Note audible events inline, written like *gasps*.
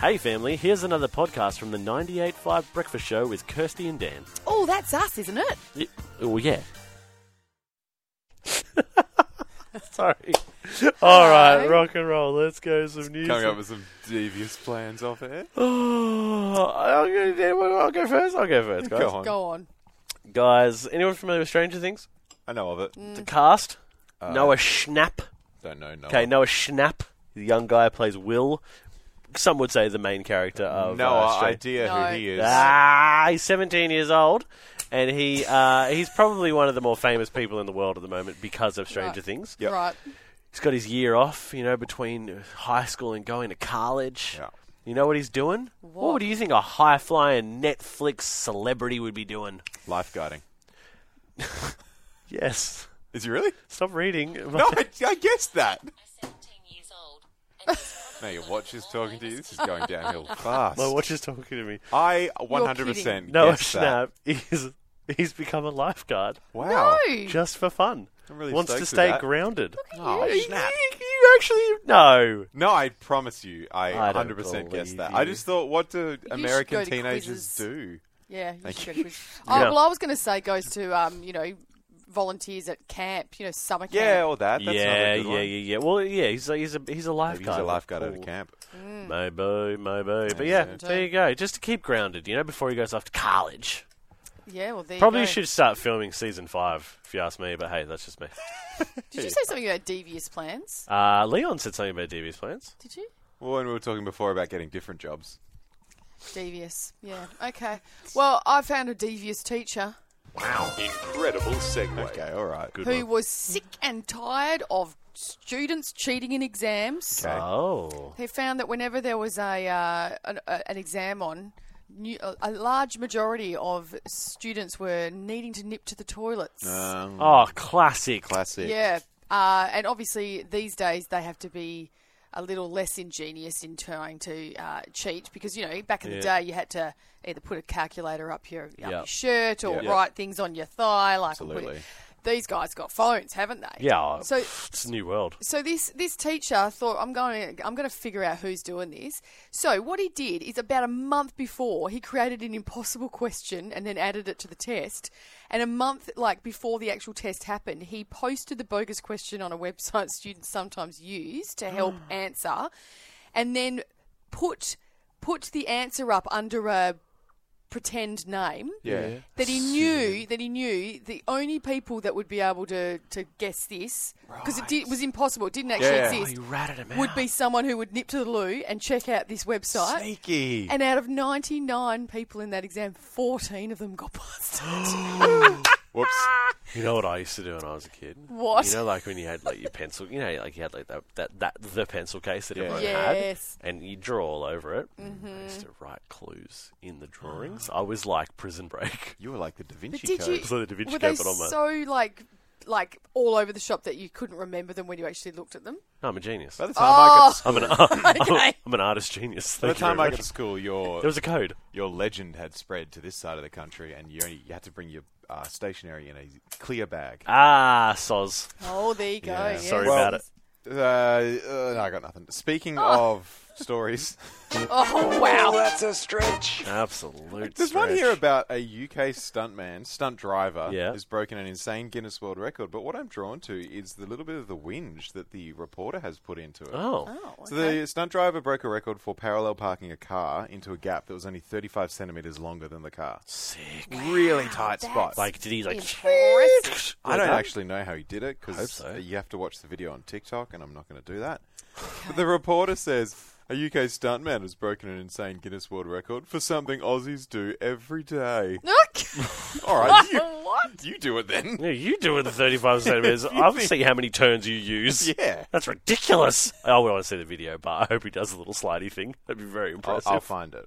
Hey, family, here's another podcast from the 98.5 Breakfast Show with Kirsty and Dan. Oh, that's us, isn't it? Y- Oh, *laughs* yeah. Sorry. All right, rock and roll. Let's go some news. Coming up with some devious plans off air. Oh, *gasps* I'll, go, I'll go first. I'll go first, guys. Go on. Go on. Guys, anyone familiar with Stranger Things? I know of it. Mm. The cast? Uh, Noah Schnapp. Don't know. No. Okay, Noah Schnapp, the young guy who plays Will. Some would say the main character of No uh, Stranger idea No. who he is. Ah, he's 17 years old, and he uh, he's probably one of the more famous people in the world at the moment because of Stranger Right. Things. Yep. Right. He's got his year off, you know, between high school and going to college. Yeah. You know what he's doing? What, What? do you think a high flying Netflix celebrity would be doing? Lifeguarding. Yes. Is he really? Stop *laughs* reading. No, I, I guessed that. 17 years old. And he's Now your watch is talking to you. This is going downhill *laughs* fast. My watch is talking to me. I 100% Noah guessed that. Schnapp is he's become a lifeguard Wow. No. just for fun. I'm really Wants to stoked with stay that. grounded. Oh, You- Schnapp. you- you actually no. No, I promise you, I I don't 100% believe guessed that. you. I just thought, what do American go to teenagers quizzes. do? Yeah. You Thank should go to you. quiz. Oh, Yeah. well, I was going to say goes to, um, you know, volunteers at camp, you know, summer camp. Yeah, or that. That's yeah, another good yeah, one. yeah, yeah. Well, yeah, he's a, he's a he's a Maybe lifeguard. he's a lifeguard Cool. at a camp. Maybe, maybe. But yeah, Yeah. there you go. Just to keep grounded, you know, before he goes off to college. Yeah, well, there Probably you go. should start filming season five, if you ask me. But hey, that's just me. Did you say something about devious plans? Uh, Leon said something about devious plans. Did you? Well, when we were talking before about getting different jobs. Devious. Yeah. *laughs* Okay. Well, I found a devious teacher Incredible segue. Okay, all right. Good. who was sick and tired of students cheating in exams. Okay. Oh, They found that whenever there was a, uh, an, a an exam on, new, a- a large majority of students were needing to nip to the toilets. Um, oh, classic. classic. yeah, uh, and obviously these days they have to be a little less ingenious in trying to uh, cheat because you know back in the Yeah. day you had to either put a calculator up your, up Yeah. your shirt or Yeah. write things on your thigh. Like or put- Absolutely. these guys got phones, haven't they? Yeah. oh, So it's a new world. so this this teacher thought I'm going to I'm going to figure out who's doing this. So what he did is about a month before he created an impossible question and then added it to the test. And a month like before the actual test happened, he posted the bogus question on a website *laughs* students sometimes use to help answer, and then put put the answer up under a pretend name Yeah. that he knew that he knew the only people that would be able to, to guess this because it did, was impossible. It didn't actually Yeah. Oh, You exist. ratted him out. would be someone who would nip to the loo and check out this website. Sneaky. And out of 99 people in that exam, 14 of them *gasps* got busted. Whoops. You know what I used to do when I was a kid? What? You know, like when you had like your pencil, you know, like you had like that that, that the pencil case that everyone Yes. Mm-hmm. had, and you draw all over it. I used to write clues in the *gasps* drawings. I was like Prison Break. *laughs* You were like the Da Vinci but did Code. you? So the Da Vinci were Code, they but on my- so like like all over the shop that you couldn't remember them when you actually looked at them? No, I'm a genius. By the time I got to school, *laughs* I'm an *laughs* *laughs* I'm, Okay. an artist genius. by the Thank you time I very got to much. school, your There was a code. your legend had spread to this side of the country, and you only, you had to bring your uh, stationery in a clear bag. Ah, soz. Oh, there you go. Yeah. yes. Sorry Well- about it. Uh, uh, no, I got nothing. Speaking of stories, Oh wow. That's a stretch. Absolute. there's one stretch. here about a UK stuntman, stunt driver, Yeah. has broken an insane Guinness World Record. But what I'm drawn to is the little bit of the whinge that the reporter has put into it. Oh, Oh, So okay. the stunt driver broke a record for parallel parking a car into a gap that was only 35 centimeters longer than the car. sick. really tight spot. that's- Like did he like? *laughs* Impressive. *laughs* I don't Like that? actually know how he did it hope because so. you have to watch the video on TikTok, and I'm not going to do that. But the reporter says a UK stuntman has broken an insane Guinness World Record for something Aussies do *laughs* every day. All right, you, what? you do it then. Yeah, you do it the 35 *laughs* centimeters. I'll see how many turns you use. Yeah. That's ridiculous. I would want to see the video, but I hope he does a little slidey thing. That'd be very I'll, impressive. I'll find it.